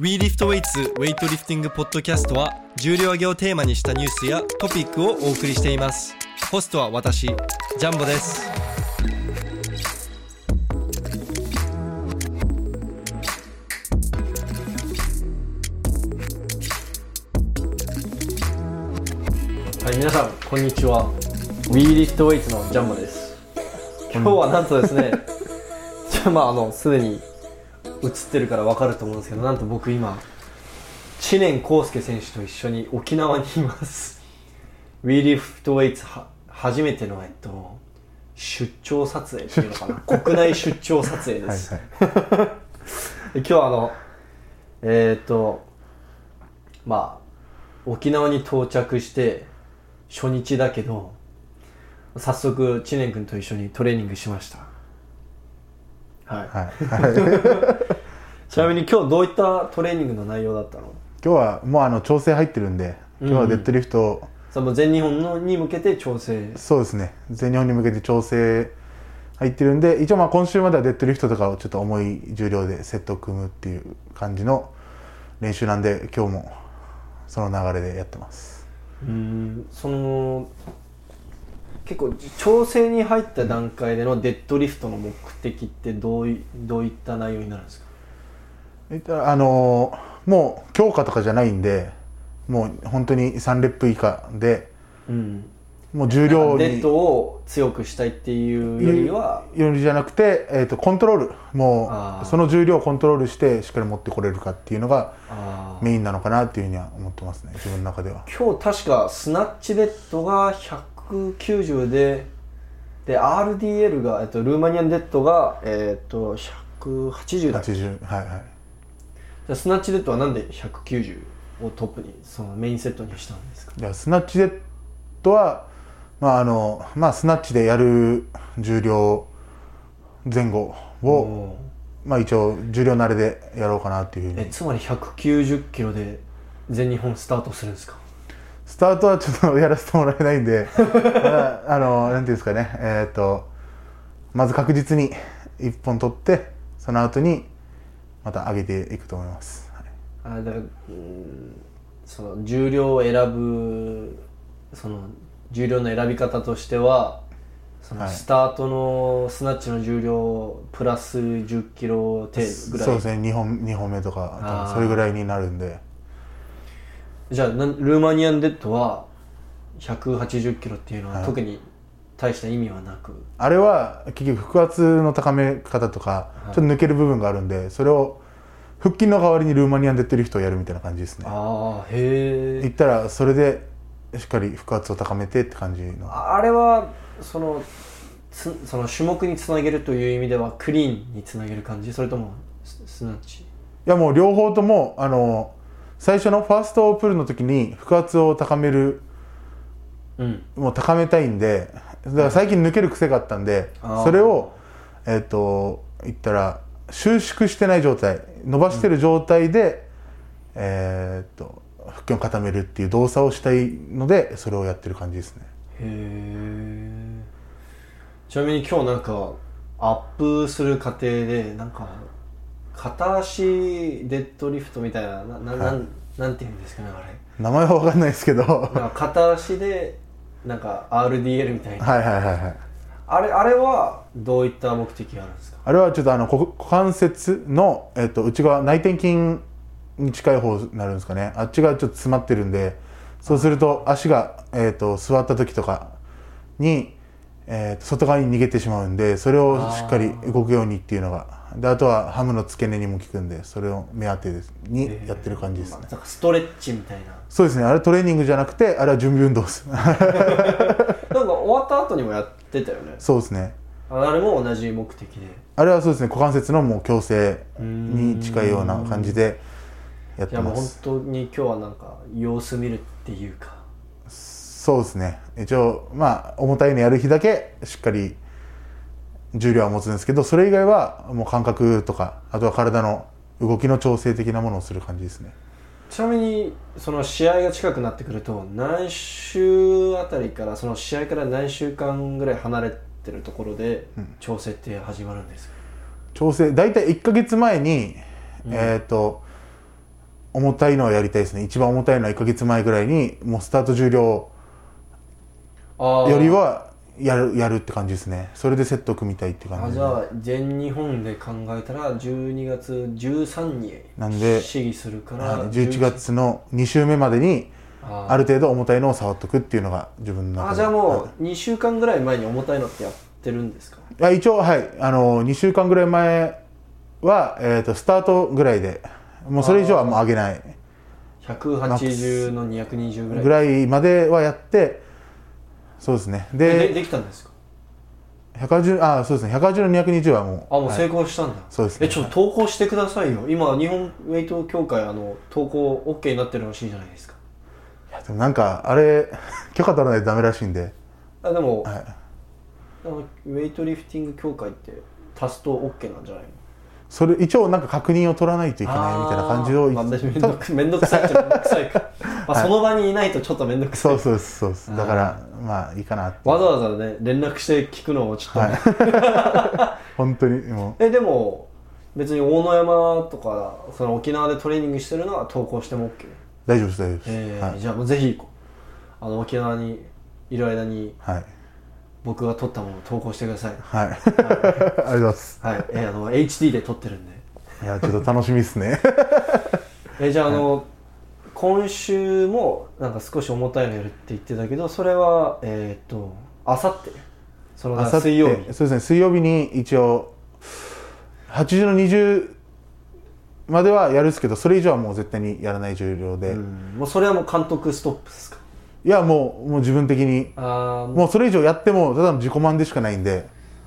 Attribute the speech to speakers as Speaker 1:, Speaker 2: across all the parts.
Speaker 1: We Lift Weights ウェイトリフティングポッドキャストは重量挙げをテーマにしたニュースやトピックをお送りしていますホストは私ジャンボです
Speaker 2: はい、皆さん、こんにちは。We Lift Weights のジャンボです。今日はなんとですね、じ ゃあまあ、あの、すでに映ってるからわかると思うんですけど、なんと僕今、知念康介選手と一緒に沖縄にいます。We Lift Weights は初めての、えっと、出張撮影っていうの かな。国内出張撮影で
Speaker 3: はい
Speaker 2: す
Speaker 3: は。い。
Speaker 2: で今日はあのえっ、とまあ沖縄に到着して初日だけど早速知念君と一緒にトレーニングしましたはい、
Speaker 3: はい。はい、今
Speaker 2: ちなみに今日どういったトレーニングの内容だったの
Speaker 3: 日はもうあの調整入ってるんで、今日はデッドリフトを、
Speaker 2: その全日本のに向けて調整
Speaker 3: そうですね。全日本に向けて調整入ってるんで、一応まあ今週まではデッドリフトとかをちょっと重い重量でセットを組むっていう感じの練習なんで、今日もその流れでやってます。
Speaker 2: うーんその結構調整に入った段階でのデッドリフトの目的ってどういどういった内容になるんですか
Speaker 3: えっとあのーもう強化とかじゃないんで、もう本当に3レップ以下で、
Speaker 2: うん
Speaker 3: もう重量
Speaker 2: デ
Speaker 3: に
Speaker 2: ッドを強くしたいっていうよりは、
Speaker 3: よりじゃなくて、えー、とコントロールも
Speaker 2: あー
Speaker 3: うその重量をコントロールしてしっかり持ってこれるかっていうのが
Speaker 2: あー
Speaker 3: メインなのかなっていうふうには思ってますね自分の中では
Speaker 2: 今日確かスナッチデッドが190でで RDL が、えっと、ルーマニアンデッドが、えっと180だっけじ
Speaker 3: 80はいはい
Speaker 2: ゃあスナッチデッドはなんで190をトップにそのメインセットにしたんですか
Speaker 3: じゃあスナッチデッドはまああのまあスナッチでやる重量前後を
Speaker 2: おー
Speaker 3: まあ一応重量慣れでやろうかなっていうふう
Speaker 2: え
Speaker 3: に
Speaker 2: つまり190キロで全日本スタートするんですか
Speaker 3: スタートはちょっとやらせてもらえないんで まああのなんていうんですかねえっ、とまず確実に1本取ってその後にまた上げていくと思います、はい
Speaker 2: あだからうーんその重量を選ぶその重量の選び方としてはその
Speaker 3: はい
Speaker 2: スタートのスナッチの重量プラス1 0キロ程度ぐらい
Speaker 3: そうですね2本二本目とか多
Speaker 2: あ
Speaker 3: 分
Speaker 2: ー
Speaker 3: それぐらいになるんで
Speaker 2: じゃあなんルーマニアンデッドは1 8 0キロっていうのは
Speaker 3: はい
Speaker 2: 特に大した意味はなく、
Speaker 3: あれは結局腹圧の高め方とかちょっと抜ける部分があるんでそれを腹筋の代わりにルーマニアンデッドリフトをやるみたいな感じですね
Speaker 2: ああへ
Speaker 3: いっ
Speaker 2: え
Speaker 3: たらそれでしっかり腹圧を高めてって感じの
Speaker 2: あれはそのつその種目につなげるという意味ではクリーンにつなげる感じそれともススナッチ
Speaker 3: いやもう両方ともあの最初のファーストプルの時に腹圧を高める
Speaker 2: うん
Speaker 3: もう高めたいんでだから最近抜ける癖があったんで
Speaker 2: あー
Speaker 3: それをえっ、と言ったら収縮してない状態伸ばしてる状態で、えっ、と腹筋を固めるっていう動作をしたいのでそれをやってる感じですね
Speaker 2: へえちなみに今日なんかアップする過程でなんか片足デッドリフトみたいななな,、な
Speaker 3: は
Speaker 2: んなんていうんですかねあれ
Speaker 3: 名前は分かんないです けどはい
Speaker 2: なんか片足でなんか RDL みたいな
Speaker 3: はいはいはい
Speaker 2: あれあれはどういった目的があるんですか
Speaker 3: あれはちょっとあの股股関節の、えっと内側内転筋に近い方になるんですかねあっちがちょっと詰まってるんでそうすると足が、えっと座った時とかに、えっと外側に逃げてしまうんでそれをしっかり動くようにっていうのがであとはハムの付け根にも効くんでそれを目当てですにやってる感じですね、
Speaker 2: なんかストレッチみたいな
Speaker 3: そうですねあれトレーニングじゃなくてあれは準備運動です
Speaker 2: なんか終わった後にもやってたよね
Speaker 3: そうですね
Speaker 2: あれも同じ目的で
Speaker 3: あれはそうですね股関節のもう矯正に近いような感じでやっ
Speaker 2: い
Speaker 3: て
Speaker 2: やもう
Speaker 3: ま
Speaker 2: 本
Speaker 3: す
Speaker 2: 当に今日はなんか様子見るっていうか
Speaker 3: そうですね一応まあ重たいのやる日だけしっかり重量は持つんですけどそれ以外はもう感覚とかあとは体の動きの調整的なものをする感じですね
Speaker 2: ちなみにその試合が近くなってくると何週あたりからその試合から何週間ぐらい離れてるところで調整って始まるんですか、
Speaker 3: 調整大体1ヶ月前に、えっ、と重たいのはやりたいですね一番重たいのは1か月前ぐらいにもうスタート重量
Speaker 2: あー
Speaker 3: よりはやるやるって感じですねそれでセット組みたいって感
Speaker 2: あ
Speaker 3: じ
Speaker 2: じゃあ全日本で考えたら12月13に
Speaker 3: なんで
Speaker 2: 試技するから、
Speaker 3: はい11月の2週目までに
Speaker 2: あ
Speaker 3: ある程度重たいのを触っとくっていうのが自分の中で
Speaker 2: あじゃあ
Speaker 3: は
Speaker 2: もう2週間ぐらい前に重たいのってやってるんですか
Speaker 3: いいや一応はいあの2週間ぐらい前は、えー、とスタートぐらいでもうそれ以上はもう上げない
Speaker 2: 180の220ぐらい
Speaker 3: ぐらいまではやってそうですね
Speaker 2: えで
Speaker 3: で
Speaker 2: できたんですか
Speaker 3: 180あそうですね180の220はもう
Speaker 2: あもう
Speaker 3: はい
Speaker 2: 成功したんだ、
Speaker 3: そうですね
Speaker 2: えちょっと投稿してくださいよ今日本ウェイト協会あの投稿 OK になってるらしいじゃないですか
Speaker 3: でもなんかあれ 許可取らないとダメらしいんで
Speaker 2: あでも、
Speaker 3: はい
Speaker 2: あのウェイトリフティング協会って足すと OK なんじゃないの
Speaker 3: それ一応なんか確認を取らないといけないみたいな感じを、
Speaker 2: あーまあ、めん
Speaker 3: 多
Speaker 2: ど
Speaker 3: 分
Speaker 2: くめんどくさいっちゃめんどくさ いか、まあ、その場にいないとちょっとめんどくさい
Speaker 3: そうそうですそうですだからまあいいかなって
Speaker 2: わざわざね連絡して聞くのもちょっとね、
Speaker 3: 本当にも
Speaker 2: えでも別に大野山とかその沖縄でトレーニングしてるのは投稿しても OK
Speaker 3: う大丈夫です大丈夫です、
Speaker 2: えー
Speaker 3: はい、
Speaker 2: じゃあもうぜひあの沖縄にいる間に
Speaker 3: はい
Speaker 2: 僕が撮ったものを投稿してくださ い
Speaker 3: はいありがとうございます
Speaker 2: はい、えーあの HD で撮ってるんで、
Speaker 3: いやちょっと楽しみですね
Speaker 2: えーじゃああの、今週もなんか少し重たいのやるって言ってたけどそれはえーっとあさってその
Speaker 3: 明後日
Speaker 2: 水曜日
Speaker 3: そうですね水曜日に一応80の20まではやるんですけどそれ以上はもう絶対にやらない重量で、
Speaker 2: うんもうそれはもう監督ストップですか
Speaker 3: いやもうもう自分的に
Speaker 2: あーもう
Speaker 3: もうそれ以上やってもただの自己満でしかないんで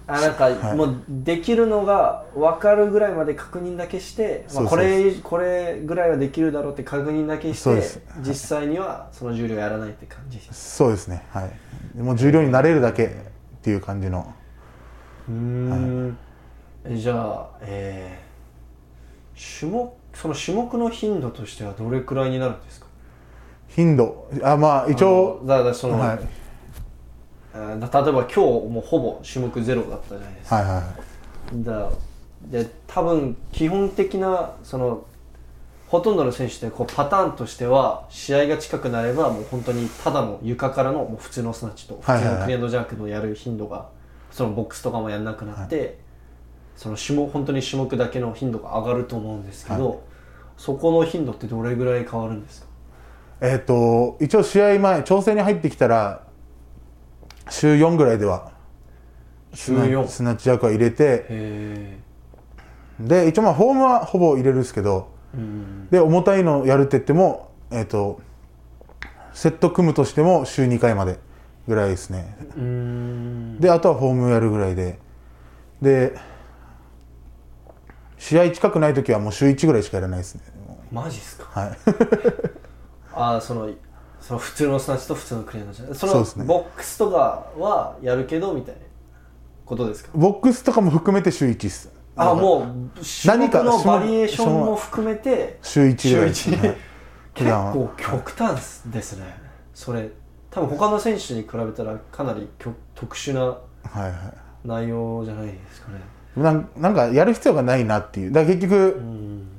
Speaker 2: あなんか、もうできるのが分かるぐらいまで確認だけして、ま
Speaker 3: そ
Speaker 2: あ、
Speaker 3: う
Speaker 2: こ
Speaker 3: そう
Speaker 2: れこれぐらいはできるだろうって確認だけし
Speaker 3: そう
Speaker 2: て
Speaker 3: です
Speaker 2: 実際にはその重量やらないって感じです
Speaker 3: そうですねはいもう重量になれるだけっていう感じの
Speaker 2: うーん、えじゃあえー種目その種目の頻度としてはどれくらいになるんですか
Speaker 3: 頻度あまあ一応
Speaker 2: あのだからその、
Speaker 3: はい
Speaker 2: えーだ例えば今日もうほぼ種目ゼロだったじゃないですか、
Speaker 3: はいはい
Speaker 2: だで多分基本的なそのほとんどの選手ってこうパターンとしては試合が近くなればもう本当にただの床からのもう普通のスナッチと普
Speaker 3: はいはいは
Speaker 2: 通の
Speaker 3: い
Speaker 2: クリアンドジャンクのやる頻度がそのボックスとかもやんなくなって、その種目本当に種目だけの頻度が上がると思うんですけど、そこの頻度ってどれぐらい変わるんですか
Speaker 3: えっ、と一応試合前調整に入ってきたら週4ぐらいではスナ
Speaker 2: 14
Speaker 3: スナッチ役は入れて
Speaker 2: へ
Speaker 3: で一応まあフォームはほぼ入れるんですけど
Speaker 2: えうん
Speaker 3: で重たいのやるって言ってもえっ、とセット組むとしても週2回までぐらいですね
Speaker 2: うん
Speaker 3: であとはフォームやるぐらいでで試合近くない時はもう週1ぐらいしかやらないですね
Speaker 2: マジっすか
Speaker 3: はい
Speaker 2: ああそのその普通のスナッチと普通のクリアのじゃないそ
Speaker 3: そう
Speaker 2: の
Speaker 3: ですね
Speaker 2: ボックスとかはやるけどみたいなことですか
Speaker 3: ボックスとかも含めて週1っす
Speaker 2: あもう種
Speaker 3: 何
Speaker 2: 目
Speaker 3: か
Speaker 2: のバリエーションも含めて
Speaker 3: 週1ぐらいです
Speaker 2: 週
Speaker 3: ね
Speaker 2: 1
Speaker 3: はい
Speaker 2: 結構極端ですねそれ多分他の選手に比べたらかなりきょ特殊な
Speaker 3: はいは
Speaker 2: 内容じゃないですかね
Speaker 3: いなんなんかやる必要がないなっていうだから結局、
Speaker 2: うん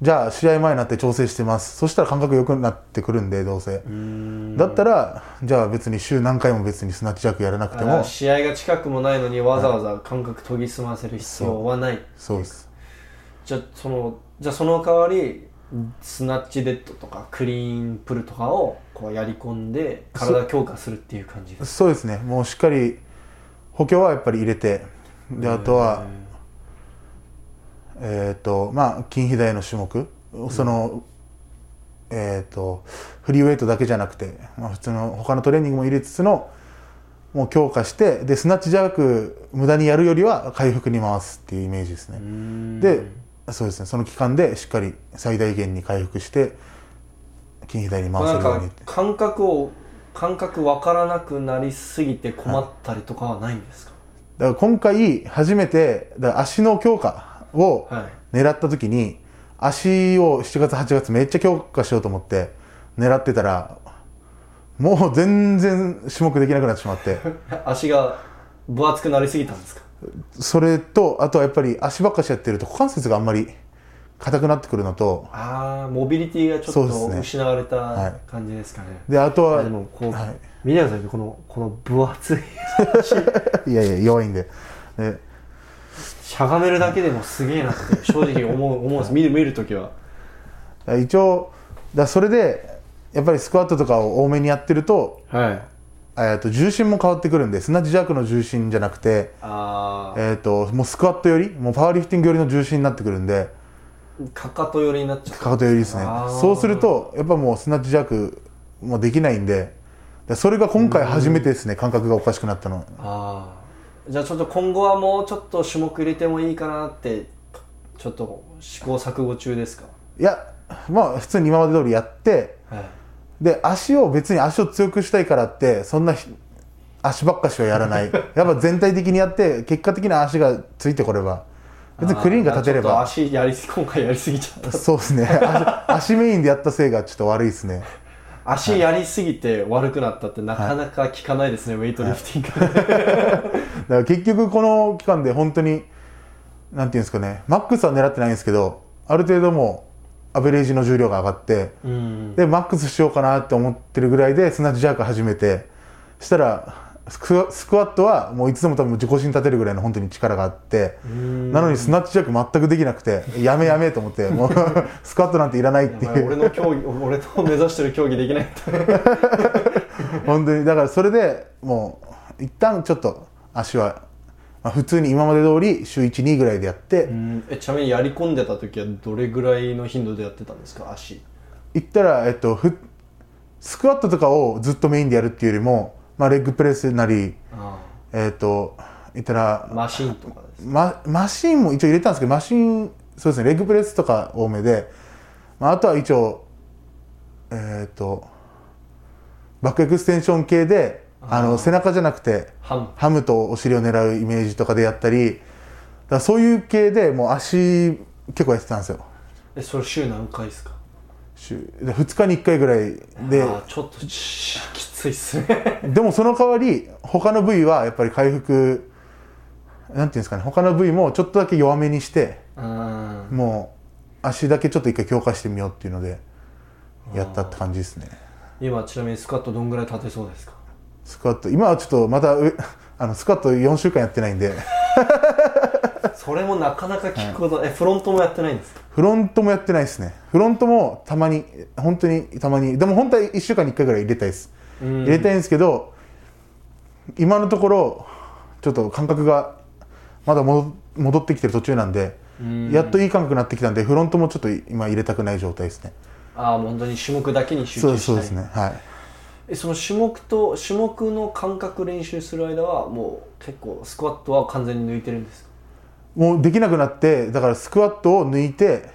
Speaker 3: じゃあ試合前になって調整してますそしたら感覚良くなってくるんでどうせ、
Speaker 2: うん
Speaker 3: だったらじゃあ別に週何回も別にスナッチ弱やらなくて
Speaker 2: だから
Speaker 3: も
Speaker 2: 試合が近くもないのにわざわざ感覚研ぎ澄ませる必要はない
Speaker 3: そうです
Speaker 2: じゃあそのじゃあその代わりスナッチデッドとかクリーンプルとかをこうやり込んで体強化するっていう感じです
Speaker 3: そうですねもうしっかり補強はやっぱり入れてであとはえっ、とまあ筋肥大の種目その、えっ、とフリーウェイトだけじゃなくて、まあ、普通の他のトレーニングも入れつつのもう強化してでスナッチジャーク無駄にやるよりは回復に回すっていうイメージですね、
Speaker 2: うん
Speaker 3: でそうですねその期間でしっかり最大限に回復して筋肥大に回
Speaker 2: な
Speaker 3: せ
Speaker 2: ん
Speaker 3: るよう
Speaker 2: か
Speaker 3: に
Speaker 2: 感覚を感覚わからなくなりすぎて困ったりとかはないんですか
Speaker 3: だから今回初めてだから足の強化を
Speaker 2: はい
Speaker 3: 狙った時に足を7月8月めっちゃ強化しようと思って狙ってたらもう全然種目できなくなってしまって
Speaker 2: 足が分厚くなりすぎたんですか
Speaker 3: それとあとはやっぱり足ばっかしやってると股関節があんまり硬くなってくるのと
Speaker 2: ああモビリティがちょっ
Speaker 3: そうで
Speaker 2: と
Speaker 3: すね
Speaker 2: 失われ
Speaker 3: は
Speaker 2: た
Speaker 3: い
Speaker 2: 感じですかね、
Speaker 3: であと
Speaker 2: あ
Speaker 3: は
Speaker 2: でもこう、
Speaker 3: はい
Speaker 2: 見てくださいねこのこの分厚い
Speaker 3: いやいや弱いんでで
Speaker 2: しゃがめるだけでもすげえなって正直思う思うんです見る見るときは
Speaker 3: 一応だそれでやっぱりスクワットとかを多めにやってると,、
Speaker 2: はい
Speaker 3: えー、と重心も変わってくるんですなジャークの重心じゃなくて、
Speaker 2: ああ
Speaker 3: えー、ともうスクワットよりもうパワーリフティングよりの重心になってくるんで
Speaker 2: かかと寄りになっちゃう
Speaker 3: かかとよりですね
Speaker 2: あー
Speaker 3: そうするとやっぱもうスナッチジャークもできないんででそれが今回初めてですね感覚がおかしくなったの
Speaker 2: ああじゃあちょっと今後はもうちょっと種目入れてもいいかなってちょっと試行錯誤中ですか
Speaker 3: いやまあ普通に今まで通りやって
Speaker 2: はい
Speaker 3: で足を別に足を強くしたいからってそんなひ足ばっかしはやらない やっぱ全体的にやって結果的に足がついてこれば別にクリーンが立てれ
Speaker 2: あー
Speaker 3: ば
Speaker 2: ちょっと足やりす今回やりすぎちゃっ
Speaker 3: そうですね足足メインでやったせいがちょっと悪いですね
Speaker 2: た足やりすぎて悪くなったってなかなか効かないですね、ウェイトリフティン グ、
Speaker 3: だから結局この期間で本当になんていうんですかねマックスは狙ってないんですけどある程度もうアベレージの重量が上がって、
Speaker 2: うん
Speaker 3: でマックスしようかなって思ってるぐらいでスナッチジャーク始めてしたらスクワスクワットはもういつでも多分自己心立てるぐらいの本当に力があってなのにスナッチジャーク全くできなくてやめやめと思っ てもうスクワットなんていらないって
Speaker 2: やばい
Speaker 3: いう
Speaker 2: 俺の競技俺の目指してる競技できないって
Speaker 3: 本当にだからそれでもう一旦ちょっと足は、まあ普通に今まで通り週12ぐらいでやって、
Speaker 2: えちなみにやり込んでた時はどれぐらいの頻度でやってたんですか足
Speaker 3: 言ったら、えっと、ふスクワットとかをずっとメインでやるっていうよりも、まあ、レッグプレスなり、
Speaker 2: あ
Speaker 3: えっと、言ったら、
Speaker 2: マシンとかです
Speaker 3: ま、マシンも一応入れたんですけどマシンそうですねレッグプレスとか多めで、まあ、あとは一応えっ、とバックエクステンション系であの背中じゃなくて
Speaker 2: ハム
Speaker 3: ハムとお尻を狙うイメージとかでやったりだからそういう系でもう足結構やってたんですよ
Speaker 2: えそれ週何回ですか
Speaker 3: 週で2日に1回ぐらいで
Speaker 2: あーちょっとしきついっす ね
Speaker 3: でもその代わり他の部位はやっぱり回復なんていうんですかね他の部位もちょっとだけ弱めにして
Speaker 2: うん
Speaker 3: もう足だけちょっと一回強化してみようっていうのでやったって感じですね
Speaker 2: 今ちなみにスクワットどんぐらい立てそうですか
Speaker 3: スクワット今はちょっとまたうあのスクワット4週間やってないんで
Speaker 2: それもなかなか聞くこと、えフロントもやってないんですか
Speaker 3: フロントもやってないですねフロントもたまに本当にたまにでも本当は1週間に1回ぐらい入れたいです
Speaker 2: うん
Speaker 3: 入れたいんですけど今のところちょっと感覚がまだ戻戻ってきてる途中なんで
Speaker 2: うん
Speaker 3: やっといい感覚になってきたんでフロントもちょっと今入れたくない状態ですね
Speaker 2: ああ本当に種目だけに集
Speaker 3: そう
Speaker 2: 中
Speaker 3: です
Speaker 2: した
Speaker 3: そ
Speaker 2: いう
Speaker 3: ですねはい
Speaker 2: えその種目と種目の感覚練習する間はもう結構スクワットは完全に抜いてるんですか
Speaker 3: もうできなくなってだからスクワットを抜いて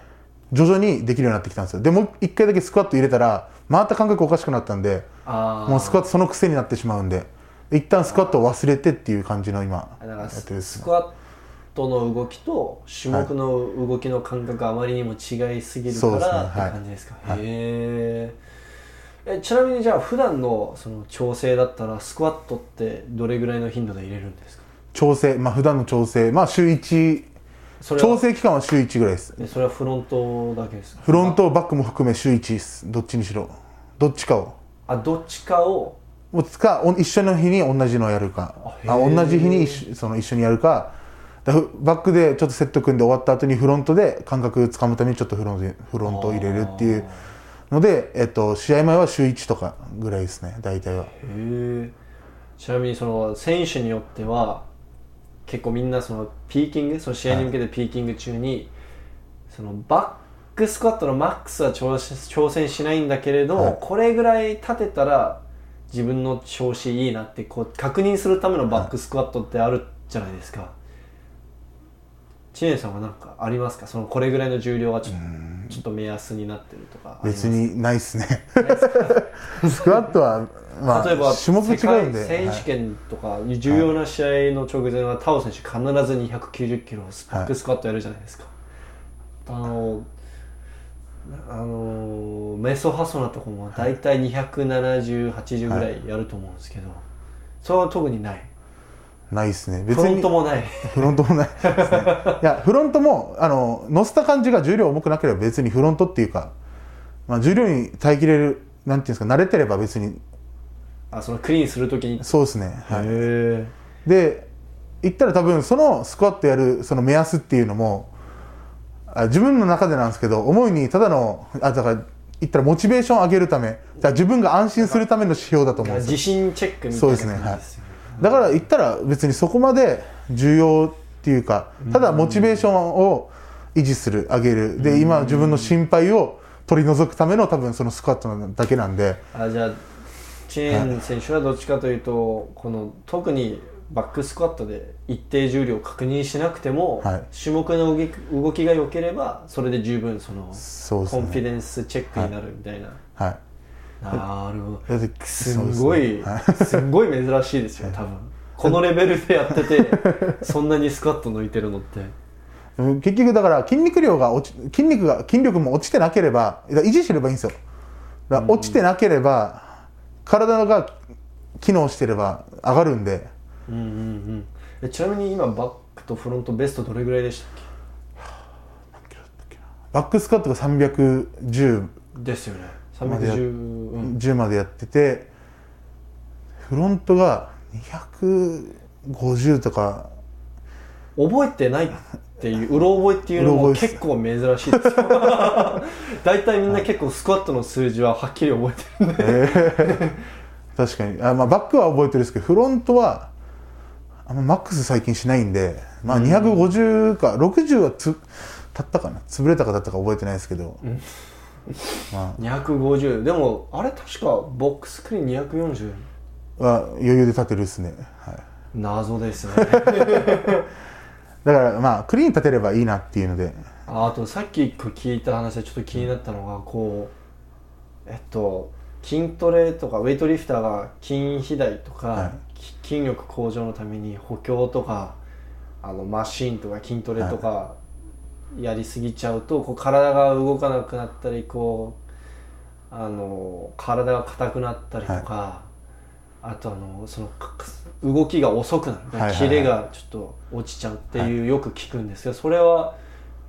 Speaker 3: 徐々にできるようになってきたんですよでもう一回だけスクワット入れたら回った感覚おかしくなったんで
Speaker 2: ああ
Speaker 3: もうスクワットその癖になってしまうんで一旦スクワットを忘れてっていう感じの今
Speaker 2: だから
Speaker 3: やってるです
Speaker 2: スクワットの動きと種目の動きの感覚があまりにも違いすぎるか
Speaker 3: そうですね
Speaker 2: らって
Speaker 3: はい
Speaker 2: 感じですか、へーえちなみにじゃあ普段のその調整だったらスクワットってどれぐらいの頻度で入れるんですか
Speaker 3: 調整まあ普段の調整まあ週1
Speaker 2: それは
Speaker 3: 調整期間は週1ぐらいです
Speaker 2: えそれはフロントだけですか
Speaker 3: フロントバックも含め週1ですどっちにしろどっちかを
Speaker 2: あどっちかを
Speaker 3: もうつかお一緒の日に同じのをやるか
Speaker 2: あ
Speaker 3: あ
Speaker 2: へ
Speaker 3: 同
Speaker 2: ー
Speaker 3: じ日に一緒その一緒にやるかだふバックでちょっとセット組んで終わった後にフロントで感覚つかむためにちょっとフロントでフロントを入れるっていうので、えっと、試合前は週1とかぐらいですね大体は
Speaker 2: へえちなみにその選手によっては結構みんなそのピーキングその試合に向けてピーキング中に、そのバックスクワットのマックスは挑戦挑戦しないんだけれど、
Speaker 3: はい
Speaker 2: これぐらい立てたら自分の調子いいなってこう確認するためのバックスクワットってあるじゃないですか。知念さんは何かありますかそのこれぐらいの重量はちょっとちょっと目安になってるとかあります
Speaker 3: 別にないっすねスクワットはまあ
Speaker 2: 例えば
Speaker 3: 種目違うんで
Speaker 2: 世界選
Speaker 3: は
Speaker 2: 手
Speaker 3: い
Speaker 2: 権とか重要な試合の直前は、タオ選手必ず290キロスパックスクワットやるじゃないですか、あのあのメソハソナとかも大体27080ぐらいやると思うんですけど、それは特にない
Speaker 3: ないですね
Speaker 2: フ
Speaker 3: 別
Speaker 2: ロ
Speaker 3: に
Speaker 2: ントもない
Speaker 3: フロントもないですねいやフロントもあの乗せた感じが重量重くなければ別にフロントっていうか、まあ、重量に耐えきれるなんていうんですか慣れてれば別に
Speaker 2: あそのクリーンするときにへ
Speaker 3: そうですね、はい、
Speaker 2: え
Speaker 3: で行ったら多分そのスクワットやるその目安っていうのもあ自分の中でなんですけど思いにただのあだから言ったらモチベーションを上げるためだから自分が安心するための指標だと思うんですよ
Speaker 2: 自信チェックみたいな
Speaker 3: そうですね
Speaker 2: 感じ
Speaker 3: はい
Speaker 2: ですよね
Speaker 3: だから言ったら別にそこまで重要っていうかただモチベーションを維持する上げるで今自分の心配を取り除くための多分そのスクワットなだけなんで
Speaker 2: あじゃあチェーン選手はどっちかというとこの特にバックスクワットで一定重量を確認しなくても、
Speaker 3: はい
Speaker 2: 種目の動き動きが良ければそれで十分その
Speaker 3: そうです
Speaker 2: コンフィ
Speaker 3: ね
Speaker 2: デンスチェックになるみたいな、
Speaker 3: はい
Speaker 2: なるほど
Speaker 3: だって
Speaker 2: す
Speaker 3: そうでね
Speaker 2: ごい、
Speaker 3: はい
Speaker 2: すんごい珍しいですよ多分このレベルでやって てそんなにスクワット抜いてるのって
Speaker 3: うん結局だから筋肉量が落ち筋肉が筋力も落ちてなければだから維持すればいいんですよだから落ちてなければ体が機能してれば上がるんで
Speaker 2: うんうんうんえちなみに今バックとフロントベストどれぐらいでしたっ
Speaker 3: バックスカットが
Speaker 2: け
Speaker 3: 310
Speaker 2: ですよね
Speaker 3: までやっ
Speaker 2: 310、うん
Speaker 3: 10までやっててフロントが250とか
Speaker 2: 覚えてないっていううろ覚えっていうの
Speaker 3: うろ
Speaker 2: も
Speaker 3: 覚えっ
Speaker 2: 結
Speaker 3: す
Speaker 2: 構珍しいです よ大体みんな結構スクワットの数字ははっきり覚えてる んで
Speaker 3: 確かにあ、まあ、バックは覚えてるんですけどフロントはあんまマックス最近しないんで、まあ、250か、60はつたったかな潰れたかだったか覚えてないですけど、ま
Speaker 2: 250でもあれ確かボックスクリーン240
Speaker 3: あ、は余裕で立てるっすね、はい、
Speaker 2: 謎ですね
Speaker 3: だからまあクリーン立てればいいなっていうので
Speaker 2: ああとさっきこう聞いた話でちょっと気になったのがこうえっと筋トレとかウェイトリフターが筋肥大とか、
Speaker 3: はい
Speaker 2: き筋力向上のために補強とかあのマシンとか筋トレとかやりすぎちゃうと、こう体が動かなくなったりこうあの体が硬くなったりとか、あとあのそのか動きが遅くなる、
Speaker 3: はいはいはい
Speaker 2: キレがちょっと落ちちゃうっていう、よく聞くんですけどそれは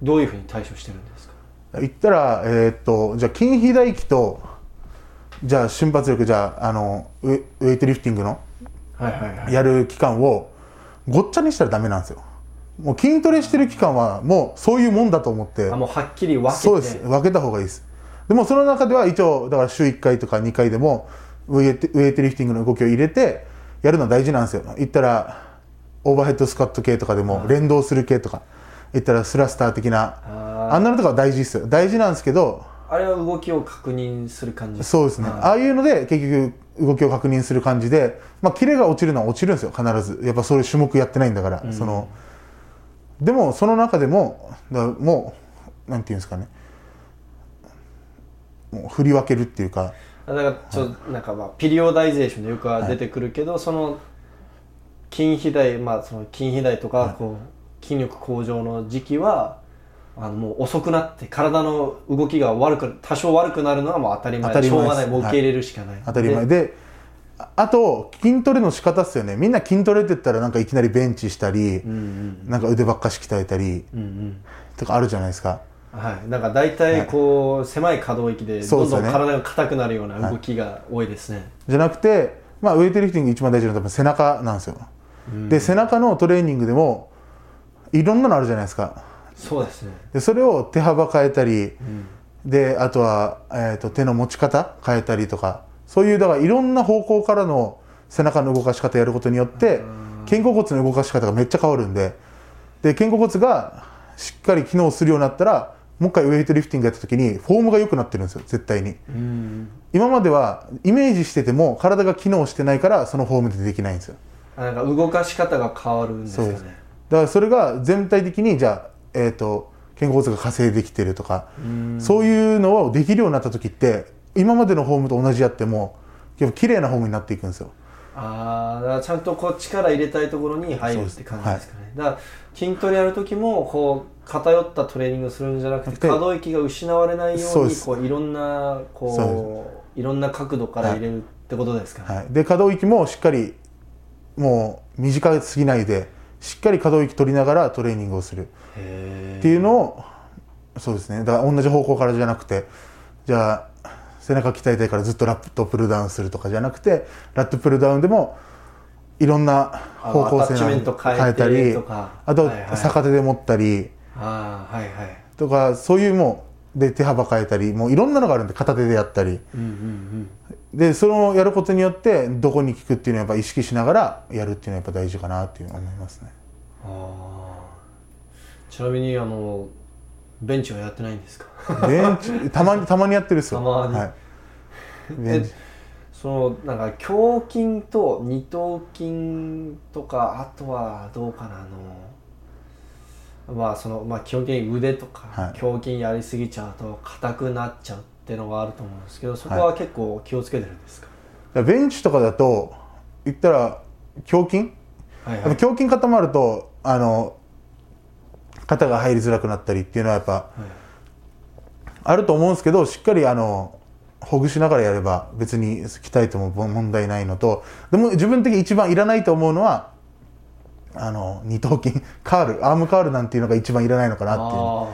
Speaker 2: どういうふうに対処してるんですか
Speaker 3: 言ったらえーっとじゃあ筋肥大器とじゃあ瞬発力じゃああのウェウェイトリフティングの
Speaker 2: はいはいはい
Speaker 3: やる期間をごっちゃにしたらダメなんですよもう筋トレしてる期間はもうそういうもんだと思って
Speaker 2: あもうはっきり分けて
Speaker 3: そうです分けた方がいいですでもその中では一応だから週1回とか2回でもウェイトウェイトリフティングの動きを入れてやるのは大事なんですよ言ったらオーバーヘッドスカット系とかでも連動する系とか言ったらスラスター的な
Speaker 2: あ
Speaker 3: あんなのとかは大事ですよ大事なんですけど
Speaker 2: ーあれは動きを確認する感じ
Speaker 3: そうですね、ああいうので結局動きを確認する感じで、まあ、キレが落ちるのは落ちるんですよ必ずやっぱそういう種目やってないんだから、そのでもその中でもだからもうなんていうんですかねもう振り分けるっていうか
Speaker 2: あだからちょ、なんかまあピリオダイゼーションでよくは出てくるけど、その筋肥大まあその筋肥大とかこう、筋力向上の時期はあのもう遅くなって体の動きが悪く多少悪くなるのはもう当たり前
Speaker 3: 当たり前
Speaker 2: しょうがない
Speaker 3: です
Speaker 2: もう受け入れるしかない、
Speaker 3: 当たり前
Speaker 2: で
Speaker 3: でああと筋トレの仕方っすよねみんな筋トレって言ったらなんかいきなりベンチしたり、なんか腕ばっかし鍛えたり
Speaker 2: うんうん
Speaker 3: とかあるじゃないですか
Speaker 2: はい、なんか大体こう、狭い可動域で
Speaker 3: そう
Speaker 2: ど
Speaker 3: で
Speaker 2: ん
Speaker 3: す
Speaker 2: ど
Speaker 3: よ
Speaker 2: ん
Speaker 3: ね
Speaker 2: 体が硬くなるような動きが多いですね、
Speaker 3: じゃなくて、まあ、ウェイトリフティング一番大事なのは多分背中なんですよ、で背中のトレーニングでもいろんなのあるじゃないですか
Speaker 2: そうですね
Speaker 3: でそれを手幅変えたり、であとは、えー、と手の持ち方変えたりとかそういうだからいろんな方向からの背中の動かし方やることによって肩甲骨の動かし方がめっちゃ変わるんでで肩甲骨がしっかり機能するようになったらもう一回ウェイトリフティングやった時にフォームが良くなってるんですよ絶対に。今まではイメージしてても体が機能してないからそのフォームでできないんですよ
Speaker 2: あなんか動かし方が変わるんですか
Speaker 3: そう
Speaker 2: ね
Speaker 3: だからそれが全体的にじゃあ、えー、と肩甲骨が稼いできてるとかそういうのをできるようになった時って今までのフォームと同じやってもやっぱ綺麗なフォームになっていくんですよ
Speaker 2: ああだからちゃんとこう力入れたいところに入るって感じですかね、だから筋トレやる時もこう偏ったトレーニングをするんじゃなくて
Speaker 3: で
Speaker 2: 可動域が失われないよ
Speaker 3: そう
Speaker 2: う
Speaker 3: で
Speaker 2: に
Speaker 3: す
Speaker 2: こういろんな
Speaker 3: そ
Speaker 2: こういろんな角度から入れるってことですかね、
Speaker 3: はい、で可動域もしっかりもう短すぎないでしっかり可動域取りながらトレーニングをするっていうのをそうですねだから同じ方向からじゃなくてじゃあ背中鍛えたいからずっとラップとプルダウンするとかじゃなくてラットプルダウンでもいろんな方向性
Speaker 2: あのアタッチメント変えて
Speaker 3: 変えた
Speaker 2: と
Speaker 3: り
Speaker 2: か
Speaker 3: あと
Speaker 2: はいはい
Speaker 3: 逆手で持ったり、
Speaker 2: ああはいはい
Speaker 3: とかそういうもうで手幅変えたりもういろんなのがあるんで片手でやったり、でそのやることによってどこに効くっていうのをやっぱ意識しながらやるっていうのはやっぱ大事かなっていう思いますね
Speaker 2: あーちなみにあのベンチはやってないんですか
Speaker 3: ベンチたまにたまにやってるっすよ
Speaker 2: たまに
Speaker 3: はい、ベン
Speaker 2: え
Speaker 3: チ
Speaker 2: そのなんか胸筋と二頭筋とかあとはどうかなあのまあその、まあ、基本的に腕とか、
Speaker 3: はい
Speaker 2: 胸筋やりすぎちゃうと硬くなっちゃうってのがあると思うんですけどそこは結構気をつけてるんですか、
Speaker 3: ベンチとかだと言ったら胸筋
Speaker 2: はい
Speaker 3: やっぱ胸筋固まるとあの肩が入りづらくなったりっていうのはやっぱあると思うんですけどしっかりあのほぐしながらやれば別に鍛えても問題ないのとでも自分的に一番いらないと思うのはあの二頭筋カールアームカールなんていうのが一番いらないのかなっていう
Speaker 2: あ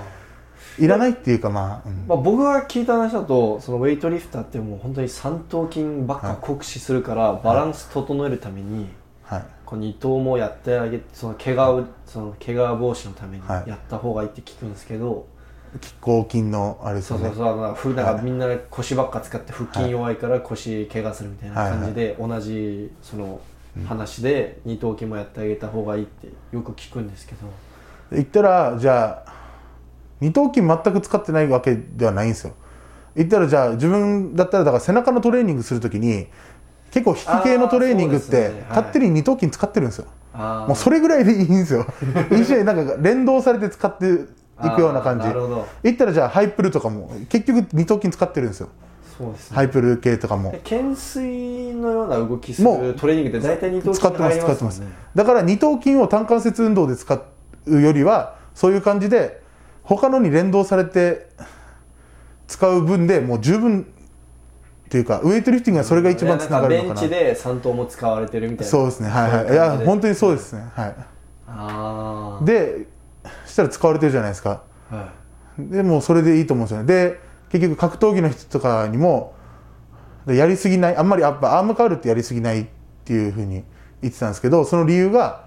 Speaker 2: あ
Speaker 3: いらないっていうかまあ、うん
Speaker 2: まあ、僕が聞いた話だとそのウェイトリフターってもう本当に三頭筋ばっか酷使するからバランス整えるために
Speaker 3: はい
Speaker 2: こう二頭もやってあげその怪我をその怪我防止のために
Speaker 3: はい
Speaker 2: やった方がいいって聞くんですけど、
Speaker 3: 拮抗筋のあれです
Speaker 2: そ
Speaker 3: よ
Speaker 2: う
Speaker 3: ね
Speaker 2: そうそうあのふなんかみんな腰ばっか使って腹筋弱いから腰怪我するみたいな感じで同じその話で二頭筋もやってあげた方がいいってよく聞くんですけど
Speaker 3: 言ったらじゃあ二頭筋全く使ってないわけではないんですよ言ったらじゃあ自分だったらだから背中のトレーニングするときに結構引き系のトレーニングっ
Speaker 2: あーそうで
Speaker 3: て、
Speaker 2: すねはい
Speaker 3: 勝手に二頭筋使ってるんですよ
Speaker 2: あ
Speaker 3: もうそれぐらいでいいんで すよ一緒になんか連動されて使っていくような感じ
Speaker 2: あーなるほど
Speaker 3: 言ったらじゃあハイプルとかも結局二頭筋使ってるんですよ
Speaker 2: そうですね
Speaker 3: ハイプル系とかも
Speaker 2: 懸垂のような動きす
Speaker 3: も
Speaker 2: る
Speaker 3: う
Speaker 2: トレーニングって大体二頭筋
Speaker 3: 使ってます
Speaker 2: 入り
Speaker 3: 使って
Speaker 2: もん
Speaker 3: ま
Speaker 2: ね
Speaker 3: すだから二頭筋を単関節運動で使うよりはそういう感じで他のに連動されて使う分でもう十分っていうかウエイトリフティングはそれが一番つながるの
Speaker 2: んか
Speaker 3: かな,、
Speaker 2: ベンチで三頭も使われてるみたいな
Speaker 3: そうですねはいはいい
Speaker 2: そういう感
Speaker 3: や
Speaker 2: じで
Speaker 3: 本当にそうですねはい
Speaker 2: ああ
Speaker 3: でしたら使われてるじゃないですか
Speaker 2: は
Speaker 3: でもうそれでいいと思うんですよねで結局格闘技の人とかにもでやりすぎないあんまりやっぱアームカールってやりすぎないっていうふうに言ってたんですけどその理由が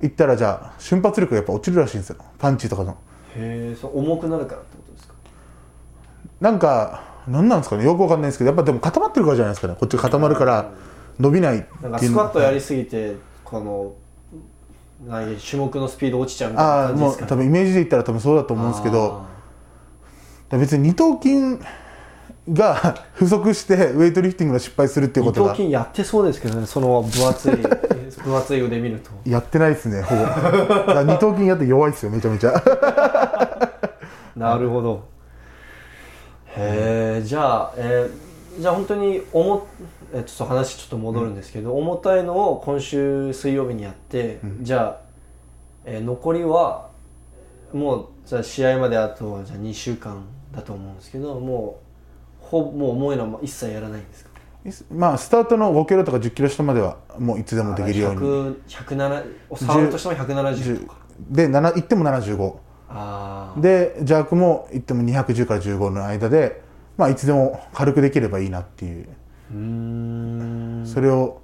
Speaker 3: 言ったらじゃあ瞬発力がやっぱ落ちるらしいんですよパンチとかの
Speaker 2: いへえそう重くなるからってことですか
Speaker 3: なんか何なんですかねよくわかんないんですけどやっぱでも固まってるからじゃないですかねこっちが固まるから伸びないっていう
Speaker 2: な
Speaker 3: の
Speaker 2: ん
Speaker 3: が
Speaker 2: かスクワットやりすぎてこの何種目のスピード落ちちゃうみたいな
Speaker 3: ああ
Speaker 2: 感じで
Speaker 3: もう
Speaker 2: すか、ね、
Speaker 3: 多分イメージで言ったら多分そうだと思うんですけどだから別に二頭筋が 不足してウエイトリフティングの失敗するっていう
Speaker 2: 二
Speaker 3: こと
Speaker 2: 頭
Speaker 3: が
Speaker 2: 筋やってそうですけどねその分厚い 分厚い腕見ると
Speaker 3: やってないですねほぼだから二頭筋やって弱いですよめちゃめちゃ
Speaker 2: なるほど。へえ、じゃあ、えーじゃあ本当に重、えーちょっと話ちょっと戻るんですけど、重たいのを今週水曜日にやって、じゃあ、えー残りはもうじゃあ試合まであとはじゃあ2週間だと思うんですけど、もうほもう重いのは一切やらないんですか。
Speaker 3: まあスタートの5キロとか1 0キロ下まではもういつでもできるように
Speaker 2: 100 107触るとしても170とか。
Speaker 3: で7行っても75
Speaker 2: ああ。
Speaker 3: でジャークも行っても210から15の間でまあいつでも軽くできればいいなっていう
Speaker 2: うーん。
Speaker 3: それを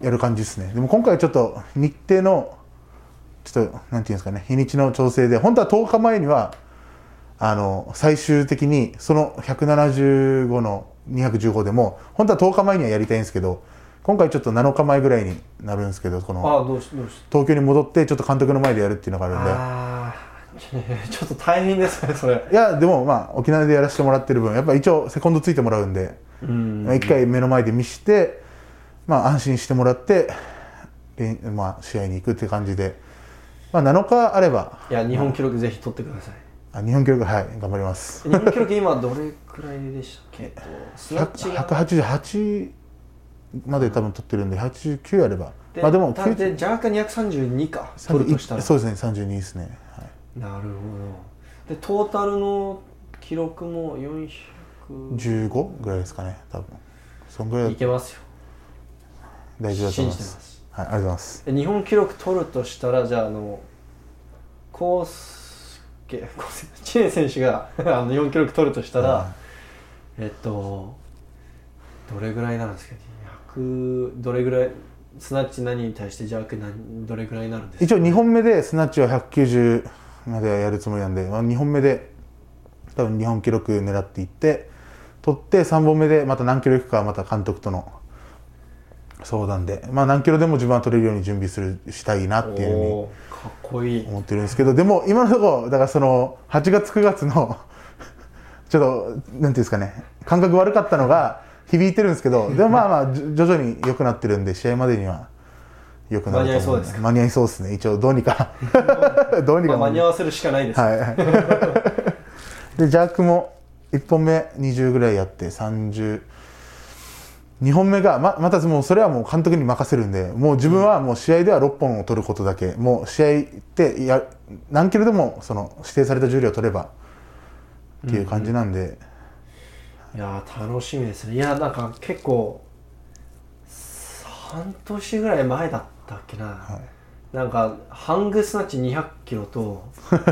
Speaker 3: やる感じですねでも今回はちょっと日程のちょっとなんていうんですかね日にちの調整で本当は10日前にはあの最終的にその175の215でも本当は10日前にはやりたいんですけど今回ちょっと7日前ぐらいになるんですけどこの
Speaker 2: ああ、どうしどうし
Speaker 3: 東京に戻ってちょっと監督の前でやるっていうのがあるんで。
Speaker 2: ああ、ちょっと 大変ですね、それ。
Speaker 3: いやでもまあ沖縄でやらせてもらってる分やっぱ一応セコンドついてもらうんで
Speaker 2: うん。
Speaker 3: 一回目の前で見して、まあ、安心してもらって、れんまあ、試合に行くって感じで、まあ、7日あれば
Speaker 2: いや、日本記録ぜひ取ってください。
Speaker 3: あ日本記録はい頑張ります
Speaker 2: 日本記録今どれくらいでしたっけえっとスナッチが
Speaker 3: 188まで多分取ってるんで89あれば
Speaker 2: で、
Speaker 3: まあでも
Speaker 2: だって
Speaker 3: 90
Speaker 2: 若干232か取るとしたら
Speaker 3: そうですね32ですね、はい
Speaker 2: なるほどでトータルの記録も400
Speaker 3: 15ぐらいですかね多分そんぐら
Speaker 2: い
Speaker 3: い
Speaker 2: けますよ
Speaker 3: 大丈夫だと
Speaker 2: 信
Speaker 3: 思い
Speaker 2: じて
Speaker 3: ま
Speaker 2: ますす
Speaker 3: ありがとうございます
Speaker 2: え日本記録取るとしたらじゃああのコ介スケ 知念選手があの日本記録取るとしたら、えっとどれぐらいなんですか100どれぐらいスナッチ何に対してジャーク何どれぐらいになるんですか
Speaker 3: 一応2本目でスナッチは190まではやるつもりなんで、まあ、2本目で多分日本記録狙っていって取って3本目でまた何キロいくかはまた監督との相談で、まあ、何キロでも自分は取れるように準備するしたいなっていうふうに
Speaker 2: おーかっこいい
Speaker 3: 思ってるんですけどでも今のところだからその8月9月の ちょっとなんていうんですかね感覚悪かったのが響いてるんですけどでもまあまあじょ徐々に良くなってるんで試合までには良くな
Speaker 2: 間に合
Speaker 3: ると思
Speaker 2: いそうんですか
Speaker 3: 間に合いそうですね一応どうにか どうに
Speaker 2: ま
Speaker 3: か
Speaker 2: あ、間に合
Speaker 3: は
Speaker 2: わせるしかないです、
Speaker 3: いでジャークも1本目20ぐらいやって30 2本目がままたもうそれはもう監督に任せるんでもう自分はもう試合では6本を取ることだけ、もう試合ってや何キロでもその指定された重量を取ればっていう感じなんで、
Speaker 2: いやー楽しみですねいやなんか結構半年ぐらい前だったっけな、なんかハングスナッチ200キロ と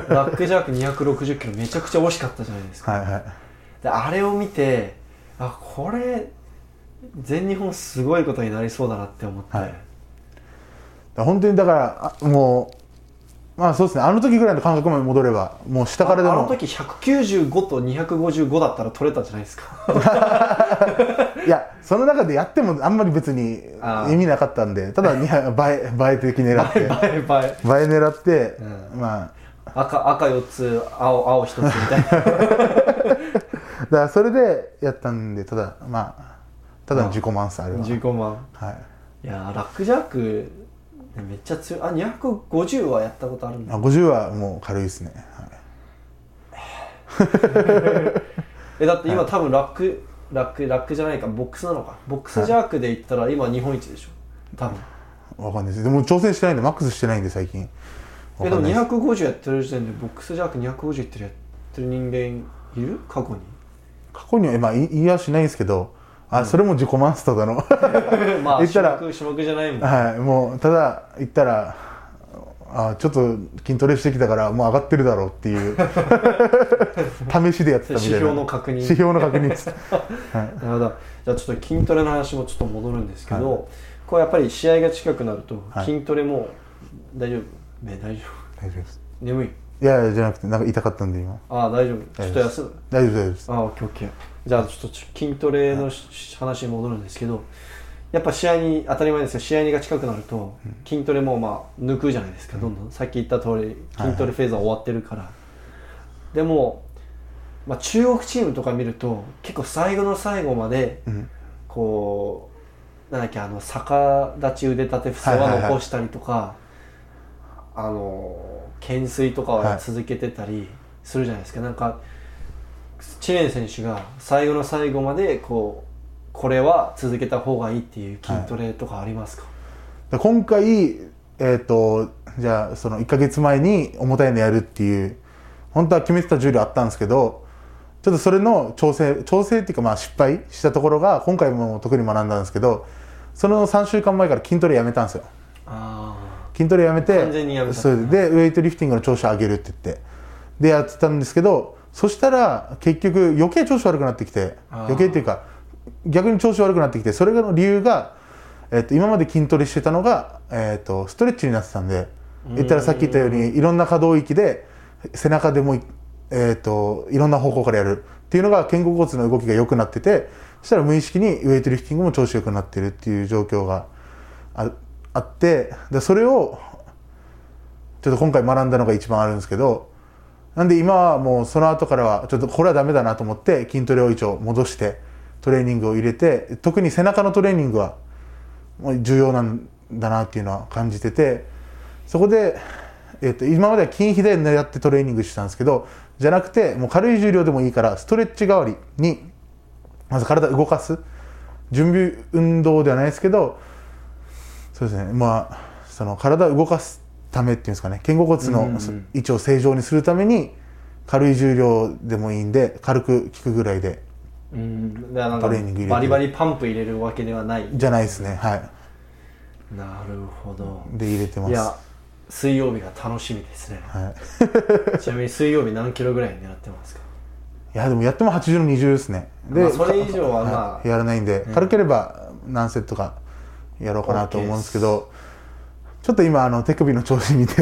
Speaker 2: ラックジャーク260キロめちゃくちゃ惜しかったじゃないですか、
Speaker 3: はいはい
Speaker 2: であれを見てあこれ全日本すごいことになりそうだなって思って、
Speaker 3: はい本当にだからあもうまあそうですねあの時ぐらいの感覚まで戻ればもう下からで
Speaker 2: ああの
Speaker 3: も
Speaker 2: 時195と255だったら取れたじゃないですか
Speaker 3: いやその中でやってもあんまり別に
Speaker 2: あー
Speaker 3: 意味なかったんで ただに倍倍的に狙っ
Speaker 2: バ イ
Speaker 3: て
Speaker 2: バイバイ
Speaker 3: 倍狙って、
Speaker 2: う
Speaker 3: まあ
Speaker 2: 赤赤4つ青青1つみたいな
Speaker 3: だからそれでやったんでただまあただの自己満さあれ は
Speaker 2: 15万
Speaker 3: はい
Speaker 2: いやーラックジャークねめっちゃ強いあ250はやったことあるん
Speaker 3: あ
Speaker 2: だ
Speaker 3: 50はもう軽いですね、はい
Speaker 2: えだって今多分ラックラックラックじゃないかボックスなのかボックスジャークで言ったら今日本一でしょ多分
Speaker 3: わかんないですでも挑戦してないんでマックスしてないんで最近
Speaker 2: え
Speaker 3: わ
Speaker 2: で
Speaker 3: かん
Speaker 2: も
Speaker 3: ないです
Speaker 2: 250やってる時点でボックスジャーク250いってるやってる人間いる過 去に
Speaker 3: 過去には、まあ、い言いやしないんですけどあ、それも自己満スタだの
Speaker 2: まあ
Speaker 3: 言
Speaker 2: 種
Speaker 3: ったら
Speaker 2: 目種目じゃないもん
Speaker 3: はいもうただ言ったらあちょっと筋トレしてきたからもう上がってるだろうっていう試しでやってたみたい
Speaker 2: 指
Speaker 3: な
Speaker 2: 標の確認
Speaker 3: 指標の確認です
Speaker 2: なるほどじゃあちょっと筋トレの話もちょっと戻るんですけど、こうやっぱり試合が近くなると
Speaker 3: はい
Speaker 2: 筋トレも大丈夫、ね大丈
Speaker 3: 大丈夫です
Speaker 2: 夫眠い
Speaker 3: いやいやじゃなくてなんか痛かったんで今
Speaker 2: ああ大丈夫ちょっと休む
Speaker 3: 大丈夫大丈夫です
Speaker 2: あオッケーオッケーじゃあちょっと筋トレのし話に戻るんですけどやっぱ試合に当たり前ですけど試合が近くなると筋トレもまあ抜くじゃないですかどんどんさっき言った通り
Speaker 3: はいはい
Speaker 2: 筋トレフェーズは終わってるから、でも、まあ、中国チームとか見ると結構最後の最後まで
Speaker 3: うん
Speaker 2: こうなんだっけあの逆立ち腕立て伏せは残したりとか、あの懸垂とかは続けてたりするじゃないですか、なんか知念選手が最後の最後までこうこれは続けた方がいいっていう筋トレとかありますか、
Speaker 3: で今回えっ、とじゃあその1ヶ月前に重たいのやるっていう本当は決めてた重量あったんですけどちょっとそれの調整調整っていうかまあ失敗したところが今回も特に学んだんですけどその3週間前から筋トレやめたんですよ
Speaker 2: あ
Speaker 3: 筋トレやめて
Speaker 2: 完全にやめた
Speaker 3: それでウェイトリフティングの調子上げるって言ってでやってたんですけどそしたら結局余計調子悪くなってきて
Speaker 2: あー
Speaker 3: 余計っていうか逆に調子悪くなってきてそれの理由が、えっと今まで筋トレしてたのが、えっとストレッチになってたんで言ったらさっき言ったようにいろんな可動域で背中でもい、えっといろんな方向からやるっていうのが肩甲骨の動きが良くなっててそしたら無意識にウェイトリフティングも調子良くなってるっていう状況がああってでそれをちょっと今回学んだのが一番あるんですけどなんで今はもうその後からはちょっとこれはダメだなと思って筋トレを一応戻してトレーニングを入れて特に背中のトレーニングはもう重要なんだなっていうのは感じててそこで、えっと今までは筋肥で狙ってトレーニングしてたんですけどじゃなくてもう軽い重量でもいいからストレッチ代わりにまず体を動かす準備運動ではないですけどそうですねまあその体を動かすためっていうんですかね肩甲骨
Speaker 2: うんう
Speaker 3: の
Speaker 2: ん
Speaker 3: そ位置を正常にするために軽い重量でもいいんで軽く効くぐらいで
Speaker 2: あうんだからなん
Speaker 3: トレーニング入
Speaker 2: か
Speaker 3: れて
Speaker 2: バリバリパンプ入れるわけではない
Speaker 3: じゃないですねはい
Speaker 2: なるほど
Speaker 3: で入れてます
Speaker 2: いや水曜日が楽しみですね
Speaker 3: は い、
Speaker 2: ちなみに水曜日何キロぐらい狙ってます か
Speaker 3: いやでもやっても80の20ですねで、
Speaker 2: まあそれ以上はまあ
Speaker 3: いやらないんで、軽ければ何セットかやろうかなと思うんですけどちょっと今あの手首の調子見て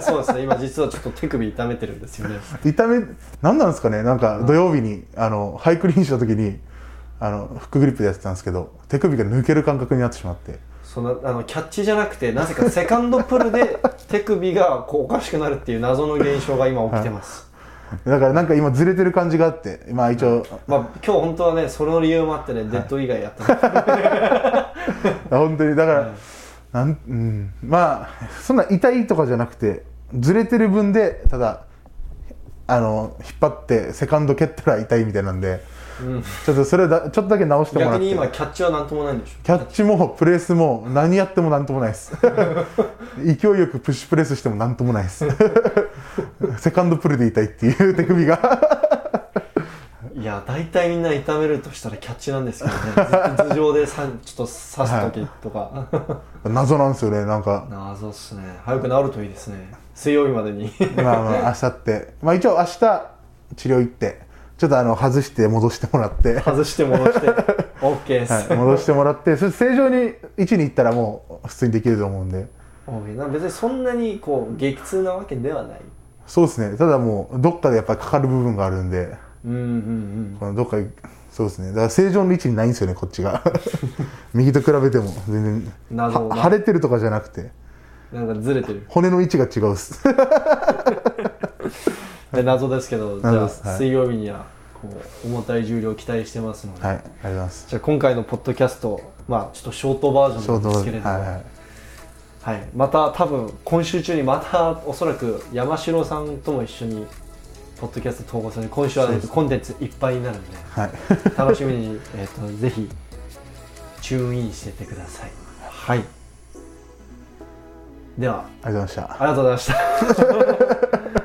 Speaker 2: そうですね今実はちょっと手首痛めてるんですよね
Speaker 3: 痛め何なんですかねなんか土曜日にあのハイクリーンした時にあのフックグリップでやってたんですけど手首が抜ける感覚になってしまって
Speaker 2: そのあのキャッチじゃなくてなぜかセカンドプルで手首がこうおかしくなるっていう謎の現象が今起きてます、
Speaker 3: だからなんか今ずれてる感じがあってまあ一応
Speaker 2: まあ今日本当はねその理由もあってね、デッド以外や ったんで
Speaker 3: 本当にだから、なんうん、まあそんな痛いとかじゃなくてずれてる分でただあの引っ張ってセカンド蹴ったら痛いみたいなんで、ちょっとそれだちょっとだけ直してもらっ
Speaker 2: 逆
Speaker 3: て
Speaker 2: に今キャッチは何ともないんでしょ
Speaker 3: キャッチもプレスも何やっても何ともないです勢いよくプッシュプレスしても何ともないです セカンドプルで痛いっていう手首が
Speaker 2: いや大体みんな痛めるとしたらキャッチなんです けどね頭上でさんちょっと刺す時とか、
Speaker 3: 謎なんですよねなん か
Speaker 2: 謎っすね早く治るといいですね水曜日までに
Speaker 3: まあまあ明後日まあ一応明日治療行ってちょっとあの外して戻してもらっ て、は
Speaker 2: 外して戻して OK です、
Speaker 3: い、戻してもらってそれ正常に位置に行ったらもう普通にできると思うんで
Speaker 2: OK な別にそんなにこう激痛なわけではない
Speaker 3: そうですねただもうどっかでやっぱりかかる部分があるんで
Speaker 2: うんうんうん
Speaker 3: このどっかそうですねだから正常の位置にないんですよねこっ ちが右と比べても全然
Speaker 2: 謎
Speaker 3: は
Speaker 2: な
Speaker 3: 腫れてるとかじゃなくて
Speaker 2: なんかずれてる
Speaker 3: 骨の位置が違うっす
Speaker 2: で謎ですけどじゃ
Speaker 3: 謎
Speaker 2: あ
Speaker 3: ですはい
Speaker 2: 水曜日にはこう重たい重量を期待してますので、
Speaker 3: はいありがとうございます
Speaker 2: じゃあ今回のポッドキャストまあちょっとショートバージ
Speaker 3: ちょ
Speaker 2: ョン
Speaker 3: うど
Speaker 2: なんですけれ
Speaker 3: はい
Speaker 2: ども、
Speaker 3: は
Speaker 2: はい、また多分今週中にまたおそらく山城さんとも一緒にポッドキャスト投稿される今週は
Speaker 3: そうです
Speaker 2: コンテンツいっぱいになるので
Speaker 3: いはい
Speaker 2: 楽しみにえーとぜひチューンインしててくださいはいでは
Speaker 3: ありがとうございました
Speaker 2: ありがとうございました